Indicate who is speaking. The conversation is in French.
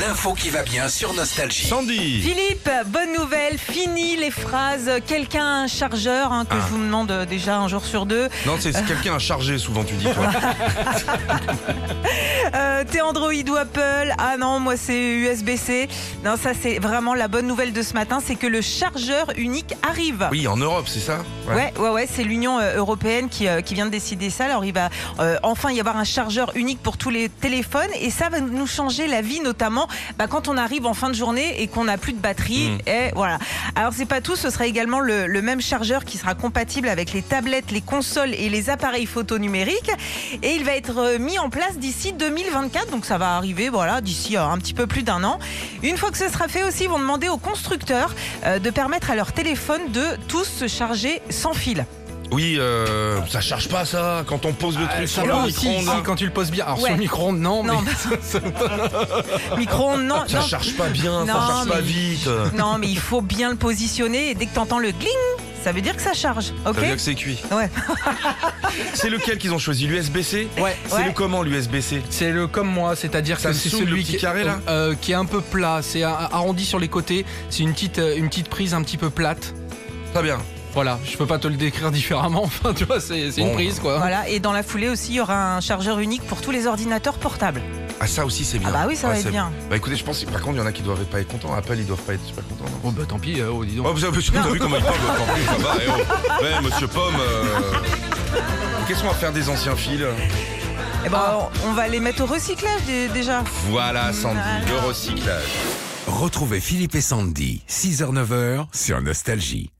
Speaker 1: L'info qui va bien sur Nostalgie.
Speaker 2: Sandy
Speaker 3: Philippe, bonne nouvelle, fini les phrases. Quelqu'un a un chargeur hein, que je vous demande euh, déjà un jour sur deux.
Speaker 2: Non, c'est c'est quelqu'un à charger souvent, tu dis, toi.
Speaker 3: Euh, T'es Android ou Apple Ah non, moi c'est USB-C. Non, ça c'est vraiment la bonne nouvelle de ce matin, c'est que le chargeur unique arrive.
Speaker 2: Oui, en Europe, c'est ça
Speaker 3: Ouais, ouais, ouais, c'est l'Union euh, européenne qui, euh, qui vient de décider ça. Alors, il va euh, enfin y avoir un chargeur unique pour tous les téléphones et ça va nous changer la vie, notamment bah, quand on arrive en fin de journée et qu'on n'a plus de batterie. Et voilà. Alors, c'est pas tout, ce sera également le, le même chargeur qui sera compatible avec les tablettes, les consoles et les appareils photo numériques et il va être euh, mis en place d'ici 2024. Donc, ça va arriver, voilà, d'ici euh, un petit peu plus d'un an. Une fois que ce sera fait aussi, ils vont demander aux constructeurs euh, de permettre à leur téléphone de tous se charger sans fil.
Speaker 2: Oui, euh, ça charge pas, ça, quand on pose
Speaker 3: Ah,
Speaker 2: le truc Ah, sur
Speaker 4: Ça
Speaker 2: le
Speaker 4: va, si,
Speaker 2: micro-ondes. hein.
Speaker 4: si, quand tu le poses bien. Alors
Speaker 3: Ouais.
Speaker 4: sur le micro-ondes, non,
Speaker 3: Non, bah.
Speaker 4: mais
Speaker 3: Micro-ondes, non.
Speaker 2: Ça
Speaker 3: Ah. non.
Speaker 2: Ah, charge pas bien, ça
Speaker 3: Non,
Speaker 2: charge pas
Speaker 3: mais-
Speaker 2: vite. Ça
Speaker 3: Non, mais il faut bien le positionner et dès que t'entends le gling, ça veut dire que ça charge, ok
Speaker 2: veut dire que c'est cuit.
Speaker 3: Ouais.
Speaker 2: C'est lequel qu'ils ont choisi L'USB-C
Speaker 4: Ouais.
Speaker 2: C'est
Speaker 3: Ouais.
Speaker 2: le comment, l'USB-C
Speaker 4: c'est le comme moi, c'est-à-dire
Speaker 2: Ça
Speaker 4: que c'est
Speaker 2: me saoule,
Speaker 4: celui
Speaker 2: le petit
Speaker 4: qui,
Speaker 2: carré, là
Speaker 4: euh, qui est un peu plat, c'est un- arrondi sur les côtés, c'est une petite, euh, une petite prise un petit peu plate.
Speaker 2: Très bien.
Speaker 4: Voilà, je peux pas te le décrire différemment, enfin tu vois, c'est c'est une
Speaker 2: Bon. bah.
Speaker 4: prise quoi.
Speaker 3: Voilà, et dans la foulée aussi, il y aura un chargeur unique pour tous les ordinateurs portables.
Speaker 2: Ah, ça aussi, c'est bien.
Speaker 3: Ah bah oui, ça
Speaker 2: Ouais,
Speaker 3: va être
Speaker 2: c'est-
Speaker 3: bien.
Speaker 2: Bah écoutez, je pense que par contre, il y en a qui doivent être pas être contents. Apple, ils doivent pas être super contents. non
Speaker 4: Oh bah tant pis, euh, oh, dis donc.
Speaker 2: Oh, vous avez vous avez vu comment il parle, votre camping, ça va, eh oh. Ouais, monsieur Pomme. euh, Qu'est-ce qu'on va faire des anciens fils
Speaker 3: Eh ben,
Speaker 2: Ah.
Speaker 3: on, on va les mettre au recyclage dé- déjà.
Speaker 2: Voilà, Sandy, le recyclage.
Speaker 1: Retrouvez Philippe et Sandy, 6h-9h sur Nostalgie.